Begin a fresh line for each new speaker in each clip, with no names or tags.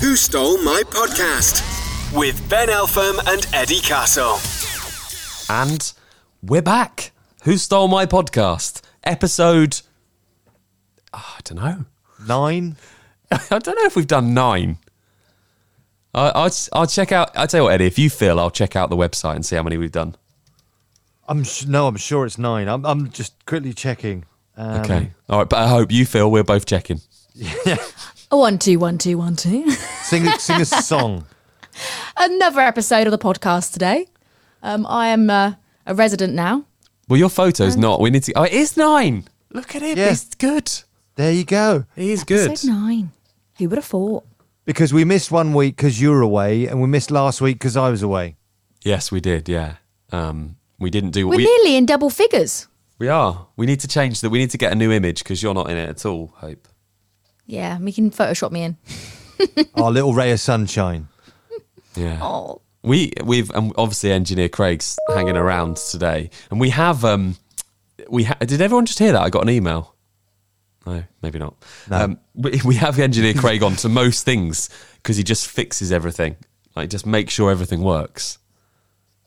Who Stole My Podcast with Ben Eltham and Eddie Castle.
And we're back. Who stole my podcast? Episode. Ah, I don't know.
Nine.
I don't know if we've done nine. I, I'll, I'll check out. I'll tell you what, Eddie. If you feel, I'll check out the website and see how many we've done.
I'm sh- no, I'm sure it's nine. I'm, I'm just quickly checking. Um,
Okay. All right. But I hope you feel we're both checking.
A One, two, one, two, one, two.
Sing, sing a song.
Another episode of the podcast today. Um, I am uh, a resident now.
Well, your photo's not. We need to. Oh, it is nine. Look at him.
Yeah.
He's good.
There you go.
He is good.
Episode nine. Who would have thought?
Because we missed one week because you were away, and we missed last week because I was away.
Yes, we did. Yeah. Um, we didn't do what
We're
we.
nearly in double figures.
we are. We need to change that. We need to get a new image because you're not in it at all. Hope.
Yeah, we can Photoshop me in.
Our little ray of sunshine.
Yeah.
Oh,
We we've um, obviously engineer Craig's hanging around today, and we have um we ha- did everyone just hear that? I got an email. No, maybe not. Um, we, we have engineer Craig on to most things because he just fixes everything. Like just make sure everything works.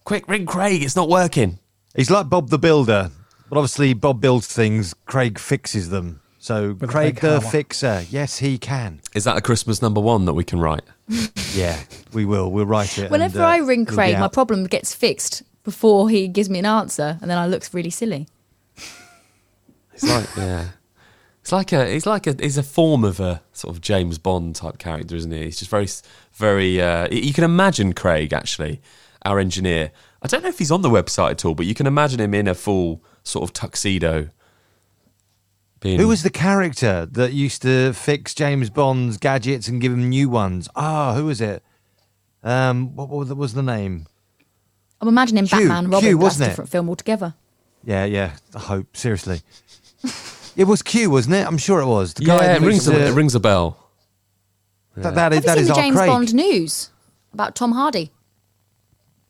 Quick, ring Craig. It's not working.
He's like Bob the Builder, but obviously Bob builds things, Craig fixes them. So
a
Craig
big
the
hammer.
Fixer, yes, he can.
Is that a Christmas number one that we can write?
Yeah, we will. We'll write it.
whenever
and, uh,
I ring
it'll be
Craig, my
out.
problem gets fixed before he gives me an answer, and then I look really silly.
It's like yeah. It's like a, it's like a, it's a form of a sort of James Bond type character, isn't he? He's just very, s- very. Uh, y- you can imagine Craig actually, our engineer. I don't know if he's on the website at all, but you can imagine him in a full sort of tuxedo. Being,
Who was the character that used to fix James Bond's gadgets and give him new ones? Ah, who was it? Um, what, what was the name?
I'm imagining
Hugh-
Batman, Robin,
Hugh,
that's
wasn't
a
it?
different film altogether.
Yeah, yeah. I hope seriously. it was Q, wasn't it? I'm sure it was. The
Yeah, it
that
rings,
used to-
a, it rings a bell.
That, that is
Have
that
you
is
seen
our
the James
Craig.
Bond news about Tom Hardy?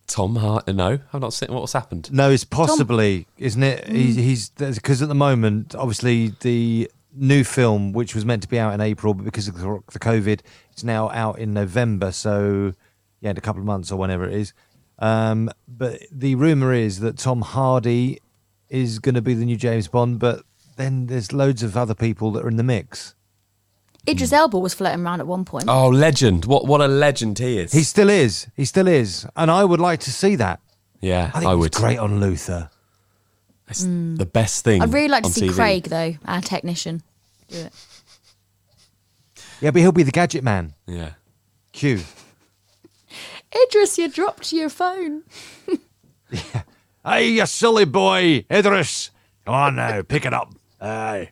Tom Hart. No, I've not seen what's happened.
No, it's possibly, isn't it? He's He's because at the moment, obviously, the new film, which was meant to be out in April, but because of the the COVID, it's now out in November. So, yeah, in a couple of months or whenever it is. Um, but the rumor is that Tom Hardy is going to be the new James Bond, but then there's loads of other people that are in the mix.
Idris Elba was floating around at one point.
Oh, legend! What what a legend he is.
He still is. He still is. And I would like to see that.
yeah,
I
I,
think it's
would.
great on Luther.
It's the best thing.
I'd really like to
on
see
TV.
Craig, though, our technician. Do it.
Yeah, but he'll be the gadget man.
Yeah.
Q.
Idris, you dropped your phone.
Hey, you silly boy, Idris. Come on now, pick it up. Aye.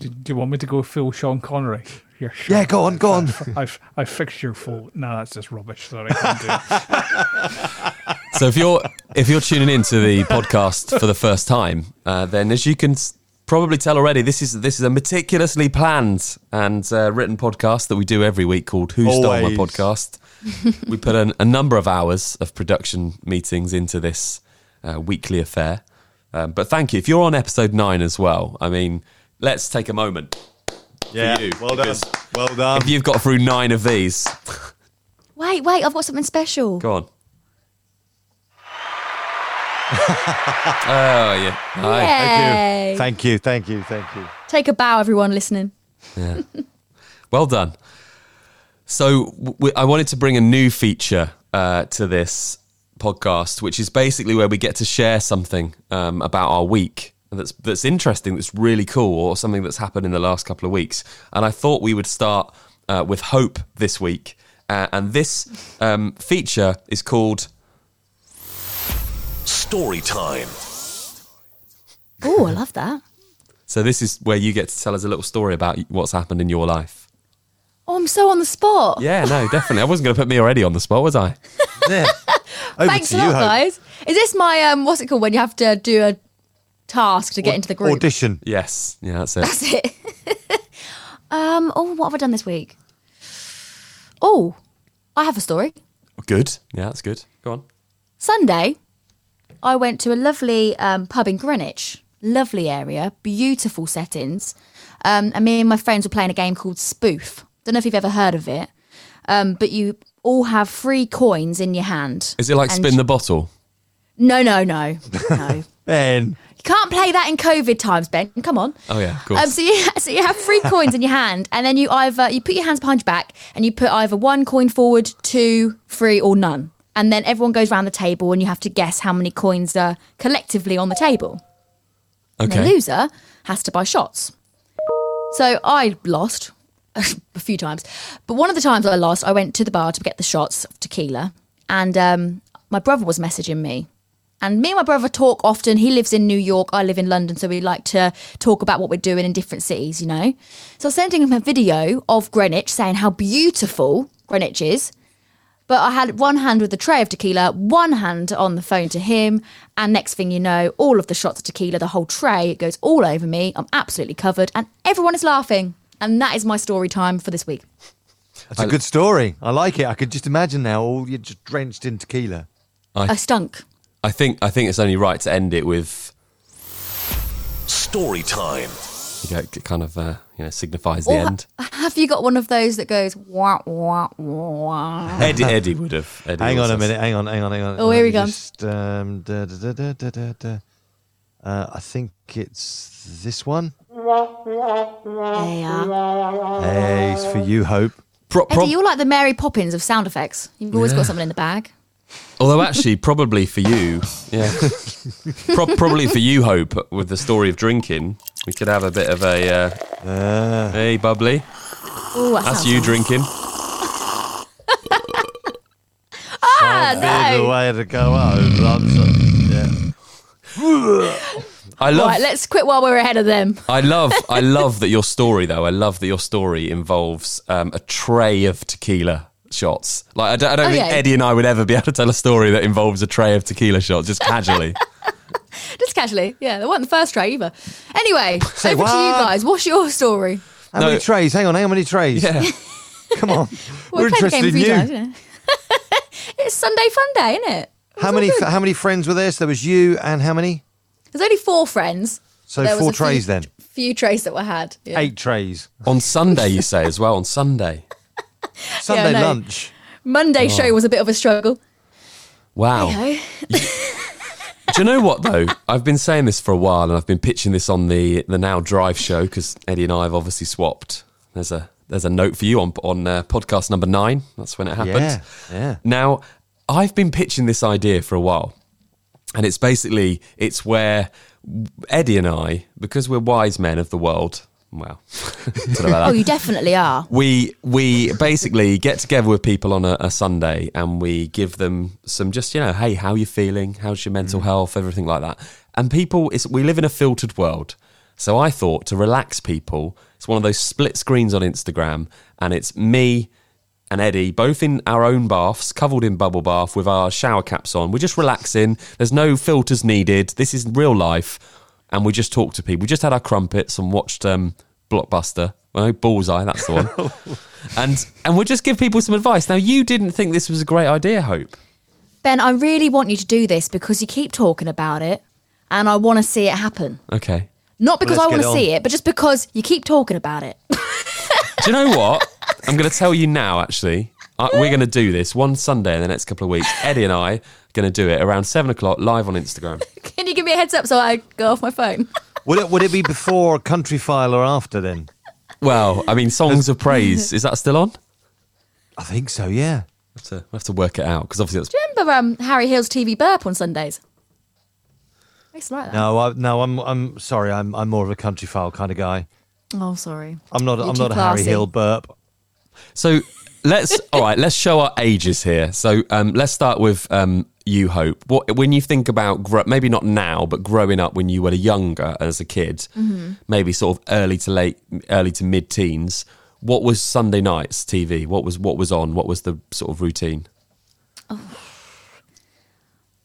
Do, do you want me to go full Sean Connery? Here, Sean,
Yeah, go on, go on.
I've I fixed your fault. No, that's just rubbish. Sorry, can't do it.
So if you're if you're tuning into the podcast for the first time, uh, then as you can s- probably tell already, this is this is a meticulously planned and uh, written podcast that we do every week called "Who Stole My
Always.
Podcast." we put an, a number of hours of production meetings into this uh, weekly affair. Um, but thank you. If you're on episode nine as well, I mean, let's take a moment.
Yeah,
you,
well done.
because
Well done.
If you've got through nine of these,
Wait, wait, I've got something special.
go on. oh yeah. Hi.
Yay.
Thank you, thank you, thank you.
Take a bow, everyone listening.
Well done. So w- w- I wanted to bring a new feature uh, to this podcast, which is basically where we get to share something um, about our week that's that's interesting, that's really cool, or something that's happened in the last couple of weeks. And I thought we would start uh, with hope this week, uh, and this um, feature is called
Story time.
Oh, I love that.
So this is where you get to tell us a little story about what's happened in your life.
Oh, I'm so on the spot.
Yeah, no, definitely. I wasn't going to put me already on the spot, was I?
Yeah. Over
Thanks
to
a
you,
lot,
Hope.
guys. Is this my, um, what's it called when you have to do a task to get into the group?
Audition.
Yes. Yeah, that's it.
That's it. um, oh, what have I done this week? Oh, I have a story.
Good. Yeah, that's good. Go on.
Sunday, I went to a lovely um, pub in Greenwich. Lovely area, beautiful settings. Um, and me and my friends were playing a game called Spoof. Don't know if you've ever heard of it. Um, but you all have three coins in your hand.
Is it like
And-
spin the bottle?
No, no, no, no. you
Ben,
can't play that in COVID times, Ben. Come on.
Oh yeah, cool.
Um, so you so you have three coins in your hand, and then you either you put your hands behind your back, and you put either one coin forward, two, three, or none, and then everyone goes around the table, and you have to guess how many coins are collectively on the table. And
okay.
the loser has to buy shots. So I lost a few times, but one of the times I lost, I went to the bar to get the shots of tequila, and um, my brother was messaging me. And me and my brother talk often. He lives in New York, I live in London, so we like to talk about what we're doing in different cities, you know? So I was sending him a video of Greenwich saying how beautiful Greenwich is. But I had one hand with the tray of tequila, one hand on the phone to him, and next thing you know, all of the shots of tequila, the whole tray, it goes all over me. I'm absolutely covered, and everyone is laughing. And that is my story time for this week.
that's a good story. I like it. I could just imagine now all you're just drenched in tequila.
I stunk.
I think I think it's only right to end it with
Story time.
you know, it kind of uh, you know signifies the
Or ha-
end.
have you got one of those that goes wah wah wah?
Eddie Eddie would have. Eddie
Hang
always
on a
has.
minute. Hang on. Hang on. Hang on.
Oh,
Let
here we
me
go.
just, um, da, da, da, da, da, da. Uh, I think it's this one.
They are.
Hey, it's for you, Hope.
Pro- prob-
Eddie, you're like the Mary Poppins of sound effects. You've always got something in the bag.
Although actually, probably for you, yeah, Pro- probably for you, Hope, with the story of drinking, we could have a bit of a uh,
Ah.
hey bubbly.
Ooh, that
That's
sounds
you
nice.
drinking.
Ah,
Be the
no.
way to go out. Ransom. Yeah.
I love.
Right, let's quit while we're ahead of them.
I love. I love that your story, though. I love that your story involves um, a tray of tequila shots. Like I don't, I don't
Oh,
think
yeah.
Eddie and I would ever be able to tell a story that involves a tray of tequila shots just casually.
Just casually. Yeah, they weren't the first try either. Anyway, over to you
what?
guys. What's your story?
How
No.
many trays? Hang on. How many trays?
yeah.
Come on. We're
Well, we played the
interested
game
in
three
you.
times, didn't we? it's Sunday fun day, isn't it?
How many? How many friends were there? So there was you and how many?
There's only four friends.
So
There was
four
a few-
trays then.
Few trays that were had. Yeah.
Eight trays.
On Sunday, you say as well. On Sunday.
Sunday
no.
lunch.
Monday
Oh.
show was a bit of a struggle.
Wow.
Hey-ho.
Do you know what though? I've been saying this for a while, and I've been pitching this on the the Now Drive show because Eddie and I have obviously swapped. There's a there's a note for you on on uh, podcast number nine. That's when it happened.
Yeah, yeah.
Now I've been pitching this idea for a while, and it's basically it's where Eddie and I, because we're wise men of the world. Well, don't
uh,
know about that
Oh, you definitely are.
we we basically get together with people on a, a Sunday and we give them some just you know hey how you feeling how's your mental health everything like that and people it's we live in a filtered world so I thought to relax people it's one of those split screens on Instagram and it's me and Eddie both in our own baths covered in bubble bath with our shower caps on we're just relaxing there's no filters needed this is real life and we just talked to people we just had our crumpets and watched um, blockbuster no bullseye that's the one and and we'll just give people some advice. Now, you didn't think this was a great idea, Hope.
Ben, I really want you to do this because you keep talking about it and I want to see it happen.
Okay.
Not because
let's
I want
get
to
on.
see it, but just because you keep talking about it.
Do you know what? I'm going to tell you now. Actually, I, we're going to do this one Sunday in the next couple of weeks. Eddie and I are going to do it around seven o'clock live on Instagram.
Can you give me a heads up so I go off my phone?
Would it? Would it be before Country File or after then?
Well, I mean, songs of praise is that still on?
I think so. Yeah.
Have to, we have to work it out because obviously that's
Remember um, Harry Hill's TV burp on Sundays? I used to like that.
No, I, no. I'm. I'm sorry. I'm. I'm more of a Country File kind of guy.
Oh, sorry.
I'm not.
You're
I'm
too
not a Harry
classy.
Hill burp.
so. Let's all right. Let's show our ages here. So um, let's start with um, you, Hope. What when you think about gro- maybe not now, but growing up when you were younger as a kid, maybe sort of early to late, early to mid teens. What was Sunday nights TV? What was what was on? What was the sort of routine?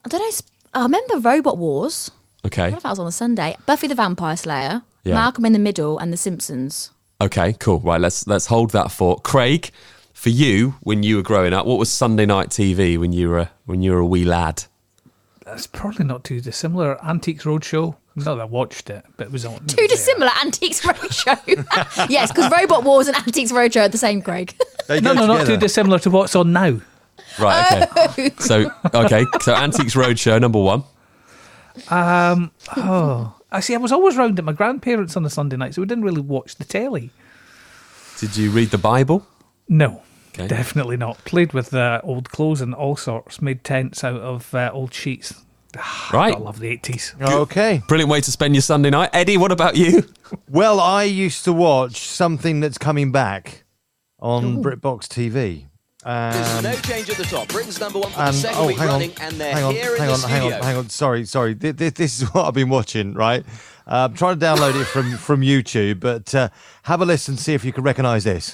I don't know. sp- I remember Robot Wars. I
Okay,
don't know if that was on a Sunday. Buffy the Vampire Slayer,
Yeah.
Malcolm in the Middle, and The Simpsons.
okay, cool. Right, let's let's hold that for Craig. For you, when you were growing up, what was Sunday night TV when you were a- when you were a wee lad?
That's probably not too dissimilar. Antiques Roadshow. Not that I watched it, but it was on.
Two dissimilar Antiques Roadshow. yes, because Robot Wars and Antiques Roadshow are the same, Craig.
They
No,
go
no, not too
together.
dissimilar to what's on now.
Right. Okay. so okay. So Antiques Roadshow number one.
Oh, I see. I was always round at my grandparents on a Sunday night, so we didn't really watch the telly.
Did you read the Bible?
No,
Okay.
definitely not. Played with uh, old clothes and all sorts. Made tents out of uh, old sheets. Ah,
Right.
I love the eighties.
Okay.
Brilliant way to spend your Sunday night. Eddie, what about you?
Well, I used to watch something that's coming back on BritBox TV. Um,
no change at the top. Britain's number one for the
and
second
oh,
week
hang on,
running, and they're
hang on,
here in
hang
the
on,
studio.
hang on, hang on. Sorry, sorry. Th- th- This is what I've been watching. Right, uh, I'm trying to download it from from YouTube, but uh, have a listen, see if you can recognise this.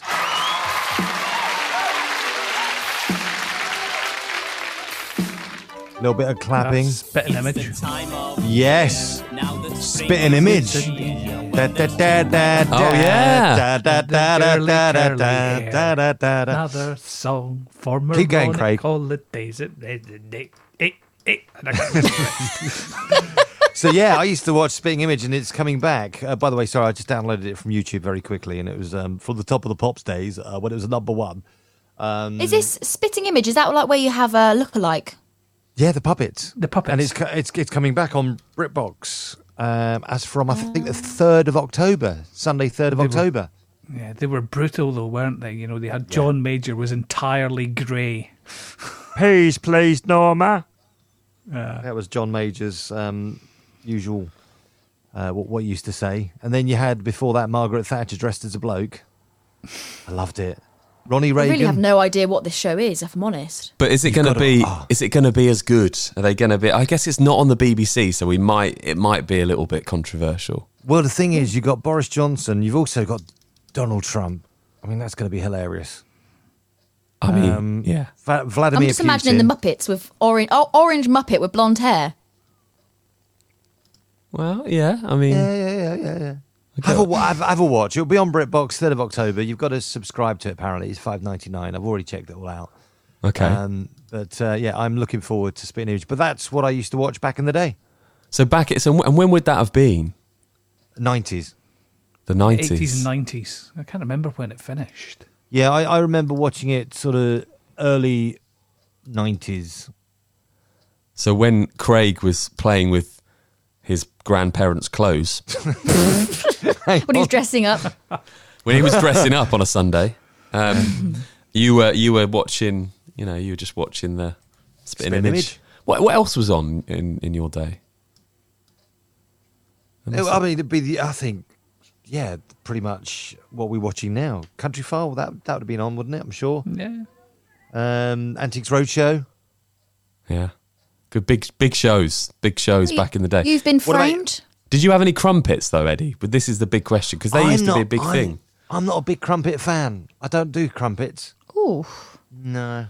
little bit of clapping.
Spitting image.
Yes. Spitting image. Da, da, da, da, da,
yeah.
da, da, da, da, da, da, da, da, da.
Another song for Maronic
Keep going, Craig.
Holidays. It- it- it- it- it- it- and I can't remember.
So yeah, I used to watch Spitting Image, and it's coming back. Uh, by the way, sorry, I just downloaded it from YouTube very quickly, and it was um, from the top of the pops days uh, when it was number one. Um,
Is this spitting image? Is that like where you have a look-alike?
Yeah, the puppets.
The puppets.
and it's co- it's it's coming back on BritBox um, as from I think
Ah.
the third of October, Sunday third of October.
yeah, they were brutal though, weren't they? You know, they had John Major was entirely grey.
Peace, please, Norma.
Ah.
that was John Major's um, usual, uh, what, what he used to say. And then you had before that Margaret Thatcher dressed as a bloke. I loved it. Ronnie
I
Reagan.
really have no idea what this show is, if I'm honest.
But is it going to
gotta-
be?
oh.
Is it going to be as good? Are they going to be? I guess it's not on the BBC, so we might. It might be a little bit controversial.
Well, the thing is, you've got Boris Johnson. You've also got Donald Trump. I mean, that's going to be hilarious.
I mean, yeah.
Va-
I'm
Vladimir
just
Putin.
imagining the Muppets with orange, oh, orange Muppet with blonde hair.
Well, yeah. I mean,
Yeah, yeah, yeah, yeah, yeah. Have a, wa- have, have a watch. It'll be on BritBox third of October. You've got to subscribe to it. Apparently, it's five ninety nine. I've already checked it all out.
okay.
Um, but uh, yeah, I'm looking forward to Spitting Image. But that's what I used to watch back in the day,
so back it's and when would that have been?
nineties.
The nineties.
Eighties and nineties. I can't remember when it finished.
Yeah, I, I remember watching it sort of early nineties.
So when Craig was playing with his grandparents' clothes,
When
Oh.
he's dressing up.
when he was dressing up on a Sunday, um, you were you were watching. You know, you were just watching the spitting
Spitting
image.
Image.
What, what else was on in, in your day?
I mean, it'd be the I think, yeah, pretty much what we're watching now. Country File that that would have been on, wouldn't it? I'm sure.
Yeah.
Um, Antiques Roadshow.
Yeah, good big big shows, big shows back in the day.
You've been
What about-
framed.
Did you have any crumpets though, Eddie? But this is the big question because they
I'm
used to be a
not-
big
I'm-
thing.
I'm not a big crumpet fan. I don't do crumpets.
Ooh.
No,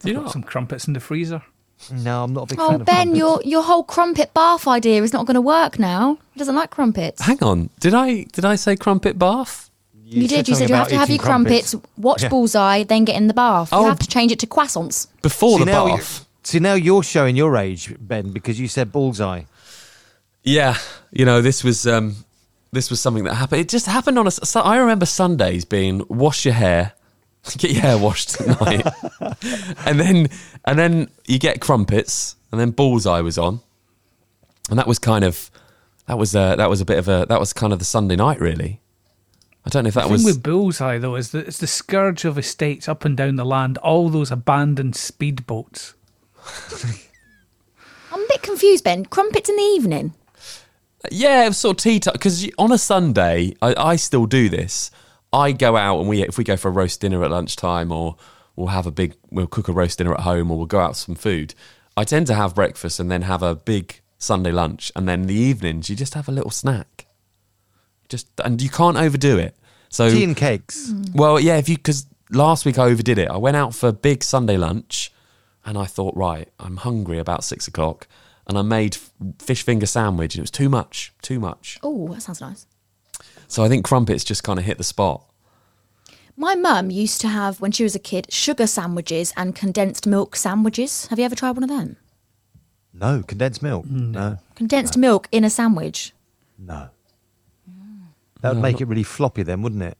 Do you
Got
not?
some crumpets in the freezer.
no, I'm not a big fan
Oh,
of
Ben,
crumpets.
your your whole crumpet bath idea is not going to work now. He doesn't like crumpets.
Hang on, did I did I say crumpet bath?
You, did. You
something
said you have
about
to have
eating
your crumpets, watch
Yeah.
Bullseye, then get in the bath.
Oh.
You have to change it to croissants.
Before
See,
the
now you-
bath?
See, now you're showing your age, Ben, because you said bullseye.
Yeah, you know this was um, this was something that happened. It just happened on a. So I remember Sundays being wash your hair, get your hair washed at night, and then and then you get crumpets, and then bullseye was on, and that was kind of that was a, that was a bit of a that was kind of the Sunday night really. I don't know if that
The thing
was
with Bullseye though is that it's the scourge of estates up and down the land. All those abandoned speedboats.
I'm a bit confused, Ben. Crumpets in the evening.
yeah, it was sort of tea time because on a Sunday I, I still do this. I go out and we if we go for a roast dinner at lunchtime or we'll have a big we'll cook a roast dinner at home or we'll go out for some food. I tend to have breakfast and then have a big Sunday lunch and then the evenings you just have a little snack. Just and you can't overdo it. So
Tea and cakes.
Mm.
well, yeah, if you because last week I overdid it. I went out for a big Sunday lunch, and I thought, right, I'm hungry about six o'clock, and I made f- fish finger sandwich, and it was too much, too much.
Oh, that sounds nice.
So I think crumpets just kind of hit the spot.
My mum used to have, when she was a kid, sugar sandwiches and condensed milk sandwiches. Have you ever tried one of them?
No, condensed milk.
Mm.
No,
Condensed milk in a sandwich. Mm.
no. That would make it really floppy then, wouldn't it?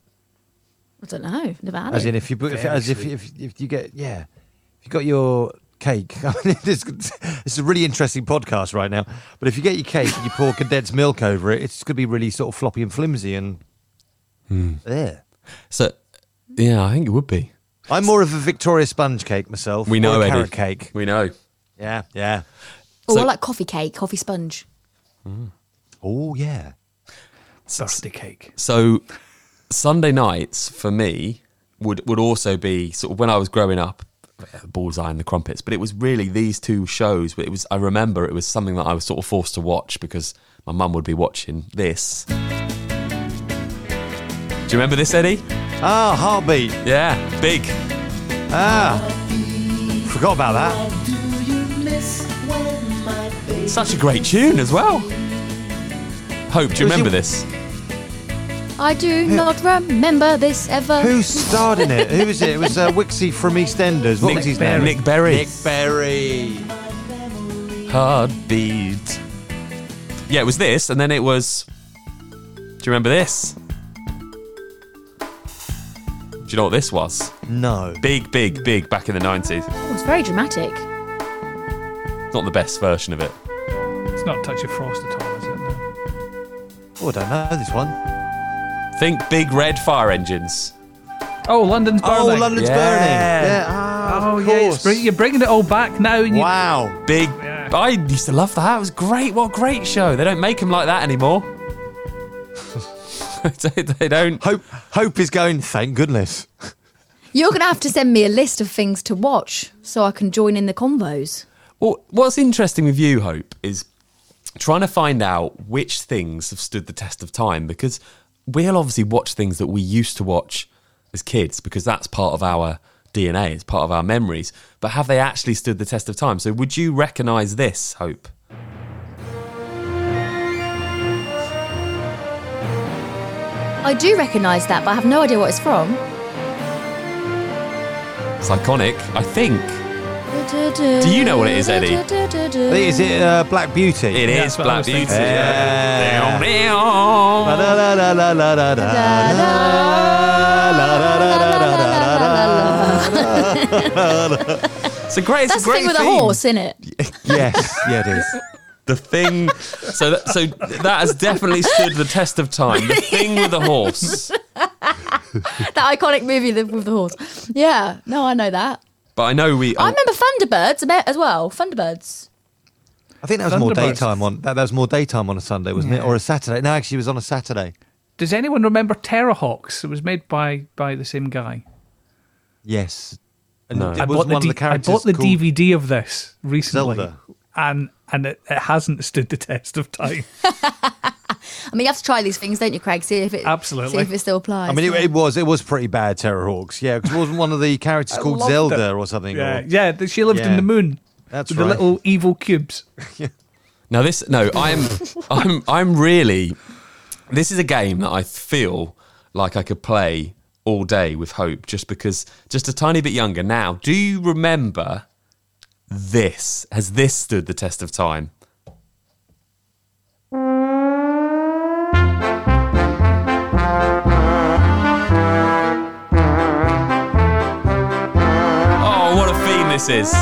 I don't know. Never had
As
it.
in, if you put, if,
Very
as if,
sweet.
if if you get, yeah, if you got your cake. I mean, this, this is a really interesting podcast right now. But if you get your cake and you pour condensed milk over it, it's going to be really sort of floppy and flimsy and
Hmm.
there.
So, yeah, I think it would be.
I'm more of a Victoria sponge cake myself.
We
or
know,
a
Eddie.
carrot cake.
We know.
Yeah, yeah.
Oh,
So-
I like coffee cake, coffee sponge.
Oh yeah.
Birthday cake.
So Sunday nights for me would would also be sort of when I was growing up, Bullseye and the Crumpets. But it was really these two shows. But it was I remember it was something that I was sort of forced to watch because my mum would be watching this. Do you remember this, Eddie?
Ah, heartbeat.
Yeah, big.
Forgot about that.
Such a great tune as well. Hope, do you
Was
remember
it-
this?
I do not remember this ever.
Who starred in it? Who was it? It was uh, Wixie from EastEnders. What was his name?
Nick Berry.
Nick Berry.
Heartbeat. Yeah, it was this, and then it was. Do you remember this? Do you know what this was?
No.
Big, big, big back in the 90s.
Oh, it's very dramatic.
Not the best version of it.
It's not a touch of frost at all, is it? No.
Oh, I don't know this one.
Think big red fire engines.
Oh, London's
Oh,
burning.
London's
Yeah.
burning. Yeah. Ah,
Oh,
of
yeah, it's
course.
bring- you're bringing it all back now. and You,
Wow.
Big.
Yeah.
I used to love that. It was great. What a great show. They don't make them like that anymore. They- they don't.
Hope Hope is going. Thank goodness.
You're going to have to send me a list of things to watch so I can join in the convos.
Well, what's interesting with you, Hope, is trying to find out which things have stood the test of time because we'll obviously watch things that we used to watch as kids because that's part of our DNA, it's part of our memories. But have they actually stood the test of time? So would you recognize this, Hope?
I do recognise that, but I have no idea what it's from.
It's iconic, I think. Do you know what it is, Eddie?
Is it uh, Black Beauty?
it is
Yeah, that's what I
Black
was
Beauty.
thinking.
Yeah.
Down, down. It's a great, it's
That's
a
the
great
thing with
theme.
a horse, isn't it?
Yes, yeah, it is.
The thing. So that, so that has definitely stood the test of time. The thing with the horse.
That iconic movie that- with the horse. Yeah, no, I know that.
But I know we.
I remember Thunderbirds a bit as well. Thunderbirds.
I think that was more
Thunderbirds.
daytime on that, that was more daytime on a Sunday, wasn't it, or a Saturday? No, actually, it was on a Saturday.
Does anyone remember Terrahawks? It was made by by the same guy.
Yes, and
No.
it
I
was one of the
D- I
characters.
bought the
called-
DVD of this recently,
Zelda.
and and it, it hasn't stood the test of time.
I mean, you have to try these things, don't you, Craig? See if it
Absolutely.
See if it still applies.
I mean, it, it was it was pretty bad. Terror Hawks, yeah, because wasn't one of the characters called
loved
Zelda
it.
or something?
yeah,
or-
yeah. th- She lived
Yeah.
in the moon.
That's
with
right.
the little evil cubes.
Now this no, I'm I'm I'm really this is a game that I feel like I could play all day with hope just because just a tiny bit younger. Now, do you remember this? Has this stood the test of time? Oh, what a theme this is.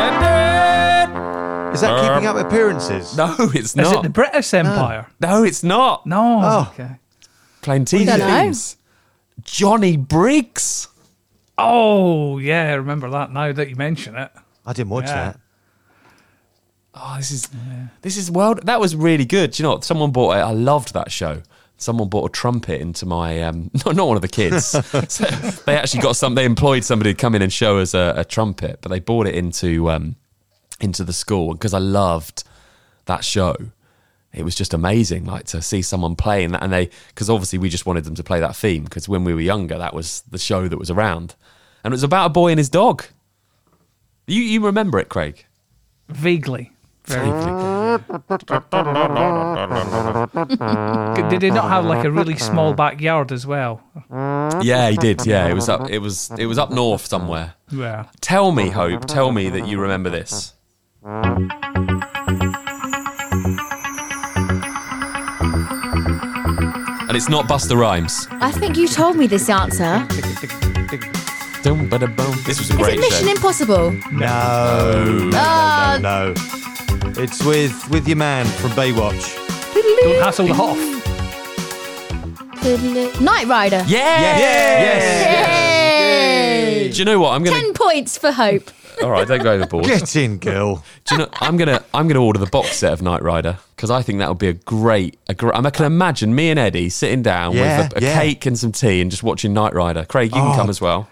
No,
Is that keeping up appearances?
it's
Is
not.
it the British Empire?
no, it's not.
No.
Oh.
Okay.
Plain teasing
don't know.
themes. Johnny Briggs.
Oh yeah, I remember that now that you mention it.
I didn't watch
Yeah.
that.
Oh, this is this is world. That was really good. Do you know what? Someone bought it. I loved that show. Someone bought a trumpet into my um, not not one of the kids. So they actually got some. They employed somebody to come in and show us a, a trumpet, but they bought it into um, into the school because I loved that show. It was just amazing, like to see someone playing that, and they because obviously we just wanted them to play that theme because when we were younger, that was the show that was around, and it was about a boy and his dog. You you remember it, Craig?
Vaguely. Very.
Vaguely.
Did they not have like a really small backyard as well?
Yeah, he did. Yeah, it was up. It was it was up north somewhere.
Yeah.
Tell me, Hope. Tell me that you remember this. And it's not Buster Rhymes.
I think you told me this answer.
Dum, ba, da, bum. This was a
Is
great
it Mission
show.
Impossible?
No,
Ah.
no, it's with with your man from Baywatch.
Don't hassle the Hoff.
Night Rider.
Yeah! Yes!
Yay!
Do you know what? I'm gonna.
Ten points for Hope.
All right, don't go overboard.
Get in, girl.
Do you know? I'm gonna I'm gonna order the box set of Knight Rider because I think that would be a great. A gr- I can imagine me and Eddie sitting down
Yeah,
with a, a
yeah.
cake and some tea and just watching Knight Rider. Craig, you can come as well.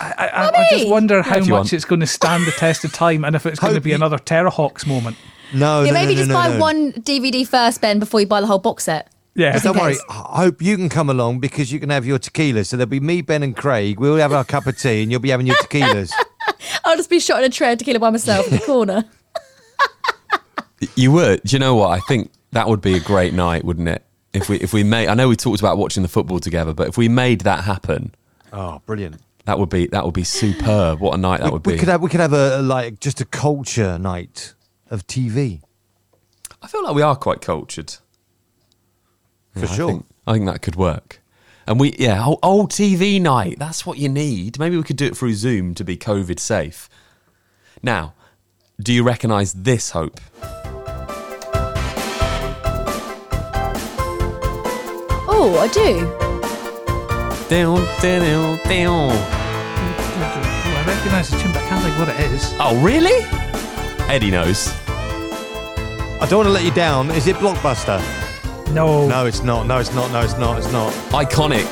I, I, I just wonder how
do
much
you want?
it's going to stand the test of time and if it's going to
Hope
be
you-
another Terrahawks moment.
No,
yeah,
no,
maybe
no, no,
just
no,
buy
no.
one DVD first, Ben, before you buy the whole box set.
Yeah.
Don't worry.
case.
I hope you can come along because you can have your tequila. So there'll be me, Ben, and Craig. We'll have our cup of tea, and you'll be having your tequilas.
I'll just be shot in a tray of tequila by myself in the corner.
You would. Do you know what? I think that would be a great night, wouldn't it? If we if we made. I know we talked about watching the football together, but if we made that happen,
oh, brilliant!
that would be that would be superb. What a night that
We,
would be.
we could have we could have a like just a culture night of TV
I feel like we are quite cultured. I
for sure.
think, I think that could work. And we, yeah, old, old TV night. That's what you need. Maybe we could do it through Zoom to be COVID safe. Now, do you recognise this hope?
Oh, I do.
Down, down, down.
Oh, I recognise the tune, but I can't think what it is.
Oh, really? Eddie knows.
I don't want to let you down. Is it blockbuster?
No.
No, it's not. No, it's not. No, it's not. It's not.
Iconic.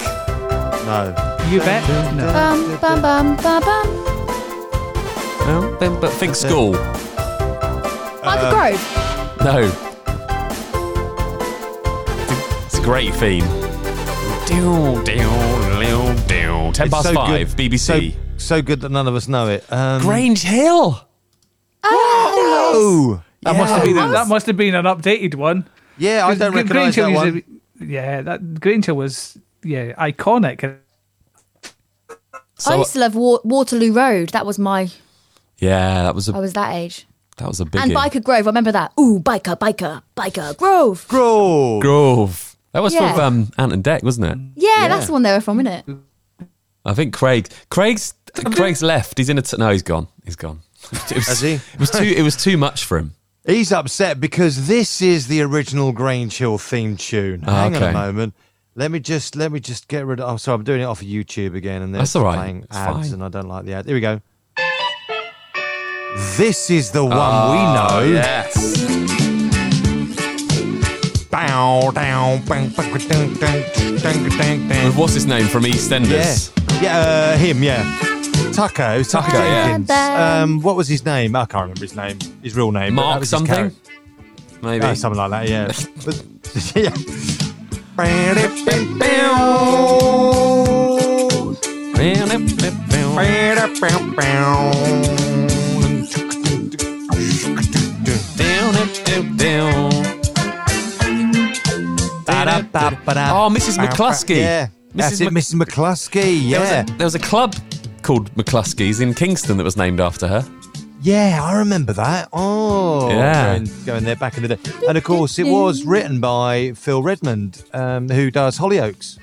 No.
You bet. No.
Bum, bum, bum, bum, bum.
Well, then, but think school.
Michael Grove.
No. It's a great theme. Down, down, down, down. Ten
It's
past
so good.
five. BBC.
So, so good that none of us know it. Um,
Grange Hill.
Oh,
That, must have been a- that must have been an updated one.
yeah. I don't
Gr-
recognise that
Grange Hill is
one.
a- yeah, that Granger was yeah iconic.
So-
I used to love Wa- Waterloo Road. That was my.
yeah, that was a
I was that age.
that was a big.
Oh. And Biker Grove. I remember that. Ooh, biker, biker, biker Grove.
Grove.
Grove. That was
Yeah.
with um, Ant and Deck, wasn't it?
Yeah, that's the one they were from, isn't it?
I think Craig. Craig's Craig's left. He's in a. T- no, he's gone. He's gone. It was,
Has he?
It was too. It was too much for him.
He's upset because this is the original Grange Hill theme tune.
Ah,
Hang on
okay.
a moment. Let me just let me just get rid of. I'm sorry, I'm doing it off of YouTube again, and they're
That's all right.
playing
It's
ads,
fine.
and I don't like the ads. Here we go. This is the one
Ah.
we know.
Oh, Yes.
Bow down, bang, bang, dang, dang, dang, dang, dang.
What's his name from
Yeah,
EastEnders?
yeah, uh, him, yeah. Tucker, Tucker,
Tucker, yeah.
Jenkins. Um, what was his name? I can't remember his name. His real name. but that
Mark
was his
something.
character.
Maybe.
Uh, something like that, yeah. But- yeah. Bow,
Oh, Mrs. McCluskey.
Yeah. That's
Mrs.
it, Mrs. McCluskey.
There was a-
Yeah.
there was a club called McCluskey's in Kingston that was named after her.
Yeah, I remember that. Oh,
Yeah.
going, going there back in the day, and of course it was written by Phil Redmond, um, who does Hollyoaks.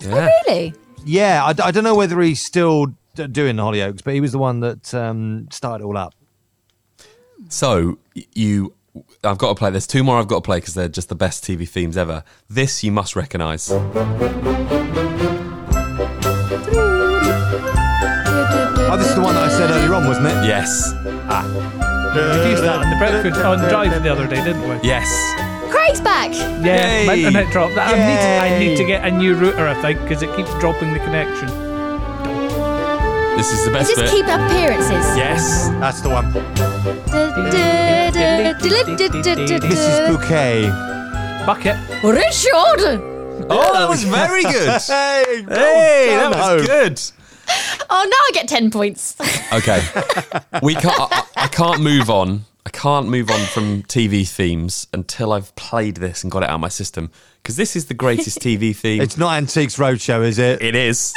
Yeah.
Really?
Yeah, I, d- I don't know whether he's still d- doing Hollyoaks, but he was the one that um, started it all up.
So y- you, I've got to play. There's two more I've got to play because they're just the best TV themes ever. This you must recognise.
Oh, this is the one that I said earlier on, wasn't it?
Yes,
We used that on the breakfast on drive the other day, didn't we?
yes.
Craig's back.
Yeah, my
Yay.
internet dropped. I need, to, I
Yay.
need to get a new router, I think, because it keeps dropping the connection.
This is the best
Just
bit.
keep up appearances.
yes.
That's the one.
This
Mrs. Bouquet.
Bucket.
Richard!
Oh, that was very good.
Hey, well
hey,
done,
that was
Hope.
good.
Oh, now I get 10 points.
Okay, we can't. I, I- I can't move on. I can't move on from TV themes until I've played this and got it out of my system because this is the greatest TV theme.
It's not Antiques Roadshow, is it?
it is.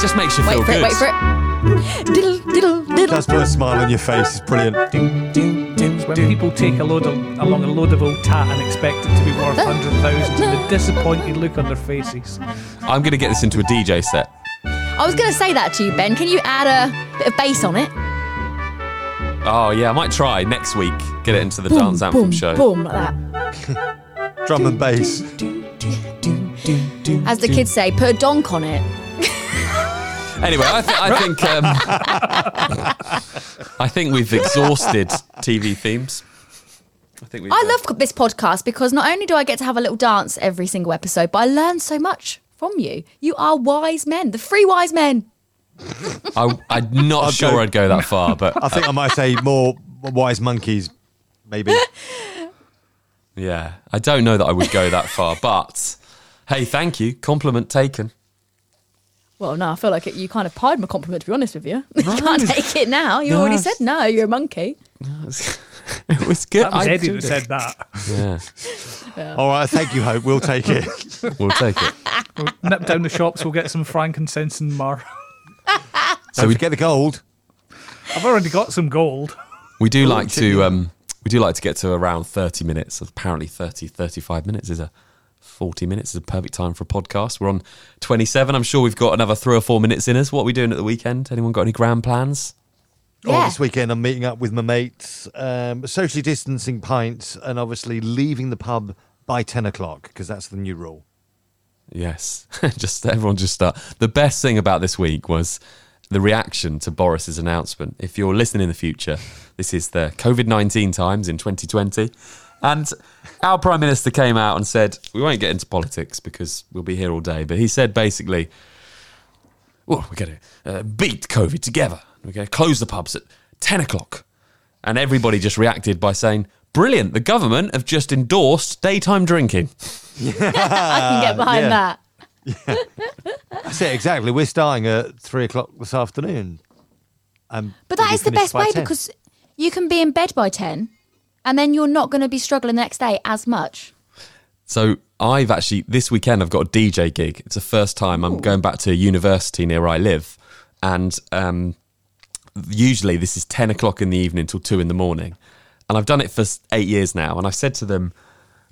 Just makes you feel
wait
Oh,
for
good.
it, wait for it. Diddle, diddle, diddle.
Does put a smile on your face. It's brilliant.
Ding, ding,
happens when people take a load of, along a load of old tat and expect it to be worth hundred thousands and the disappointed look on their faces.
I'm going to get this into a DJ set.
I was going to say that to you, Ben. Can you add a bit of bass on it?
Oh, yeah, I might try next week. Get it into the Dance Anthem
boom,
show.
boom, like that.
Drum and bass.
As the kids say, put a donk on it.
Anyway, I, th- I think um, I think we've exhausted TV themes. I think we.
I love this podcast because not only do I get to have a little dance every single episode, but I learn so much from you. You are wise men, the three wise men.
I, I'm not
I'd
sure
go-
I'd go that far, but
I think I might say more wise monkeys, maybe.
yeah, I don't know that I would go that far. But hey, thank you, compliment taken.
Well, no, I feel like it, you kind of pied my compliment, to be honest with you. you can't take it now. You already
Yes.
said no, you're a monkey.
It was good.
That was
I
Eddie
did
that
it.
said that.
Yeah,
All right, thank you, Hope. We'll take it.
we'll take it.
Nip down the shops, we'll get some frankincense and myrrh.
So we get the gold.
I've already got some gold.
We do like to um, we do like to get to around 30 minutes. Apparently 30 35 minutes is a 40 minutes is a perfect time for a podcast. We're on 27. I'm sure we've got another 3 or 4 minutes in us. What are we doing at the weekend? Anyone got any grand plans?
Oh,
Yeah.
this weekend I'm meeting up with my mates, um, socially distancing pints, and obviously leaving the pub by 10 o'clock because that's the new rule.
Yes. just everyone just start. The best thing about this week was the reaction to Boris's announcement. If you're listening in the future, this is the COVID-19 times in 2020. And our prime minister came out and said, "We won't get into politics because we'll be here all day." But he said basically, well, we're going to uh, beat COVID together. We're going to close the pubs at 10 o'clock. And everybody just reacted by saying, brilliant, the government have just endorsed daytime drinking.
I can
Uh,
get behind
yeah.
that.
That's it, exactly. We're starting at 3 o'clock this afternoon. Um,
But that
we
is the
finish
best
by
way
10.
because you can be in bed by 10 and then you're not going to be struggling the next day as much.
So I've actually, this weekend, I've got a DJ gig. It's the first time I'm going back to a university near where I live. And um, usually this is 10 o'clock in the evening till 2 in the morning. And I've done it for s- eight years now. And I've said to them,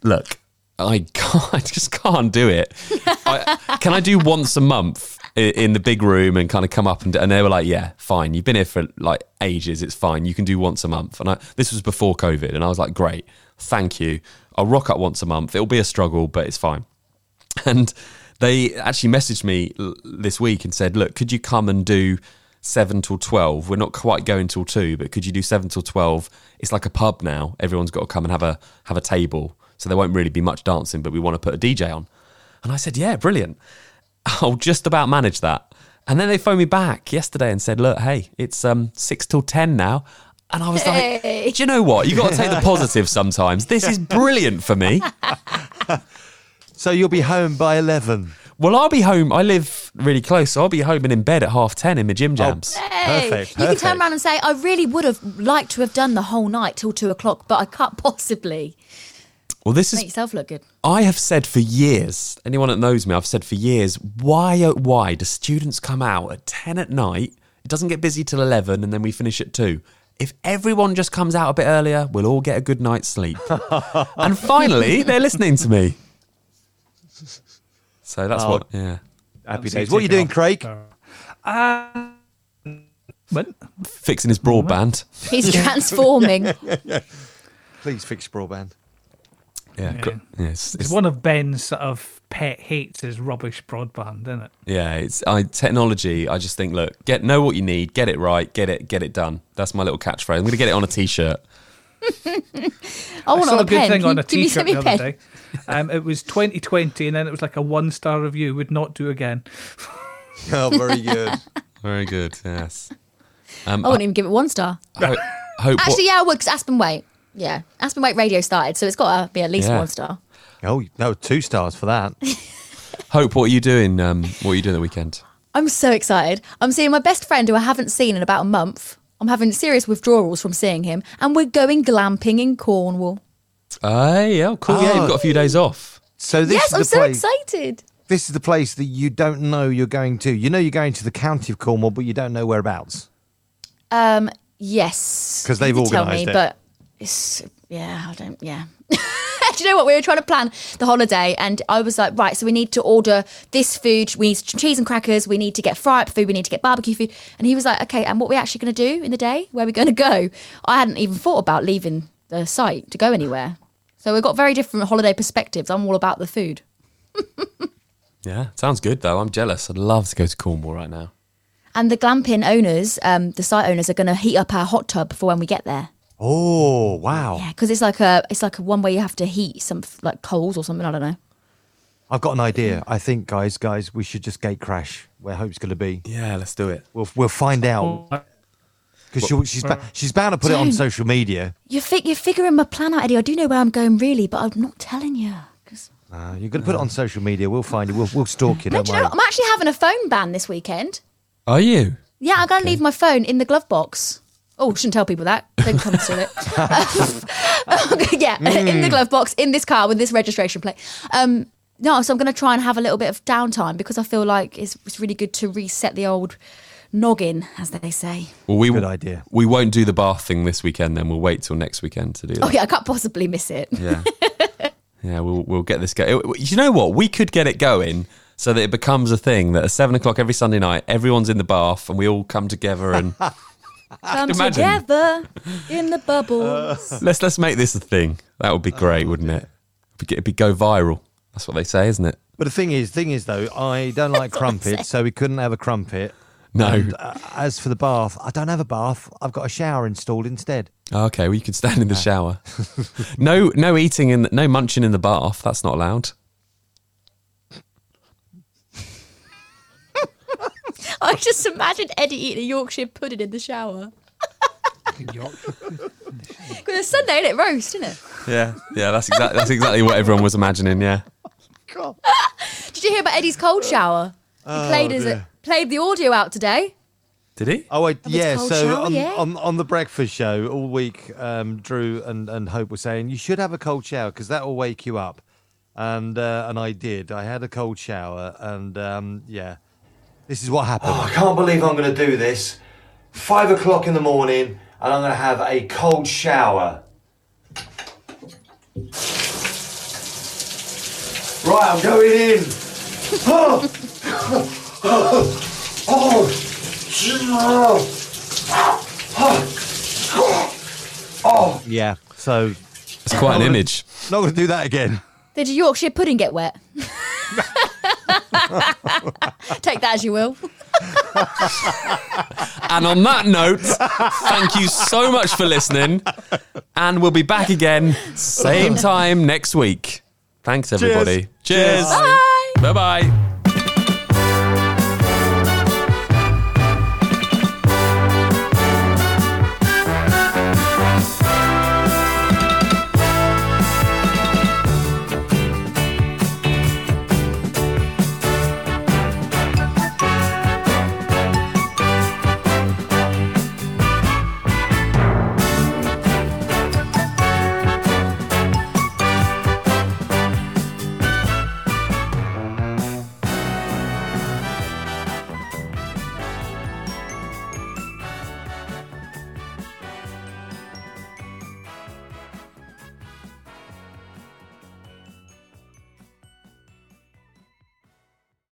look, I, can't, I just can't do it. I, can I do once a month i- in the big room and kind of come up and, and they were like, yeah, fine. You've been here for like ages. It's fine. You can do once a month. And I, this was before COVID. And I was like, great. Thank you. I'll rock up once a month. It'll be a struggle, but it's fine and they actually messaged me l- this week and said, "Look, could you come and do seven till twelve? We're not quite going till two, but could you do seven till twelve? It's like a pub now. Everyone's got to come and have a have a table, so there won't really be much dancing, but we want to put a DJ on." And I said, "Yeah, brilliant. I'll just about manage that." And then they phoned me back yesterday and said, "Look, hey, it's um six till ten now." And I was like,
Hey.
"Do you know what? You got to take the positive sometimes. This is brilliant for me."
So you'll be home by 11.
Well, I'll be home. I live really close, so I'll be home and in bed at half ten in my gym jams.
Hey,
Perfect,
You can turn
perfect.
around and say, I really would have liked to have done the whole night till two o'clock, but I can't possibly.
well, this
Make
is.
yourself look good.
I have said for years. Anyone that knows me, I've said for years. Why? oh, Why do students come out at ten at night? It doesn't get busy till eleven, and then we finish at two. If everyone just comes out a bit earlier, we'll all get a good night's sleep. and finally, they're listening to me. So that's
Oh.
what. Yeah.
Happy days. What are you doing, Craig?
But
Fixing his broadband.
He's transforming.
Please fix your broadband.
Yeah. gr- yeah, it's-
it's
it's-
one of Ben's sort of pet hates is rubbish broadband, isn't it?
Yeah, it's I technology. I just think, look, get know what you need, get it right, get it, get it done. That's my little catchphrase. I'm gonna get it on a t-shirt.
I want
saw
on
a
Oh, a
good
pen.
thing
Can
on
you
a
give me
t-shirt
some of
the
your
other
pen?
day. Um, it was 2020, and then it was like a one-star review. Would not do again.
Oh, very good.
Very good. Yes. Um,
I wouldn't even give it one star.
Hope, hope what-
Oh, Actually, yeah, I would, because Aspen Wait. Yeah. Aspen Wait Radio started, so it's got to be at least
Yeah.
one star.
oh, no, two stars for that.
hope. What are you doing? Um, what are you doing the weekend?
I'm so excited. I'm seeing my best friend who I haven't seen in about a month. I'm having serious withdrawals from seeing him, and we're going glamping in Cornwall.
Uh, yeah, cool. Yeah, you've got a few days off.
So this
yes,
is the
I'm so
place.
excited.
This is the place that you don't know you're going to. You know you're going to the county of Cornwall, but you don't know whereabouts.
Um, yes,
'Cause
You
they've
did tell me,
organised it.
But it's yeah, I don't yeah. Do you know what? We were trying to plan the holiday, and I was like, right, so we need to order this food. We need cheese and crackers. We need to get fry up food. We need to get barbecue food. And he was like, okay, and what we actually going to do in the day? Where are we going to go? I hadn't even thought about leaving the site to go anywhere. So we've got very different holiday perspectives. I'm all about the food.
Yeah, sounds good though. I'm jealous. I'd love to go to Cornwall right now.
And the glamping owners, um, the site owners, are going to heat up our hot tub for when we get there.
Oh wow!
Yeah, because it's like a it's like a one where you have to heat some like coals or something. I don't know.
I've got an idea. I think, guys, guys, we should just gate crash where Hope's going to be.
Yeah, let's do it.
We'll we'll find
Oh.
out because she's ba- she's bound to put it on
Dude.
social media.
You're, fi- you're figuring my plan out, Eddie. I do know where I'm going, really, but I'm not telling you. 'cause-
Uh, you're going to put it on social media. We'll find you. We'll we'll stalk you.
No,
Don't
do you know,
worry.
what? I'm actually having a phone ban this weekend.
Are you?
Yeah, I'm going to leave my phone in the glove box. Oh, shouldn't tell people that. Don't come to it. yeah, in the
Hmm.
glove box, in this car with this registration plate. Um, no, so I'm going to try and have a little bit of downtime because I feel like it's, it's really good to reset the old noggin, as they say.
Well, we
Good idea.
We won't do the bath thing this weekend. Then we'll wait till next weekend to do that.
Oh, yeah, I can't possibly miss it.
Yeah. yeah, we'll, we'll get this going. You know what? We could get it going so that it becomes a thing that at seven o'clock every Sunday night, everyone's in the bath and we all come together and
Come
imagine.
together in the bubbles.
let's let's make this a thing. That would be great, wouldn't it? It'd be, it'd be go viral. That's what they say, isn't it?
But the thing is, thing is though, I don't like crumpets, so we couldn't have a crumpet.
No.
And, uh, as for the bath, I don't have a bath. I've got a shower installed instead.
Ah, okay, well you can stand in the shower. no, no eating in, the, no munching in the bath. That's not allowed.
I just imagined Eddie eating a Yorkshire pudding in the shower. Because it's Sunday, and it roast, isn't it?
Yeah, yeah, that's exactly that's exactly what everyone was imagining. Yeah.
Did you hear about Eddie's cold shower? He played as a,
dear.
played the audio out today.
Did he?
Oh, wait,
it's
yeah.
cold
So
shower,
on,
yeah.
on on the breakfast show all week, um, Drew and, and Hope were saying you should have a cold shower because that will wake you up, and uh, and I did. I had a cold shower, and um, yeah, this is what happened. Oh, I can't believe I'm going to do this. Five o'clock in the morning, and I'm going to have a cold shower. Right, I'm going in. Yeah. So
It's quite an image.
not going to do that again.
Did your Yorkshire pudding get wet? Take that as you will.
And on that note, thank you so much for listening. And we'll be back again, same time next week. Thanks, everybody. Cheers.
Bye.
Bye bye.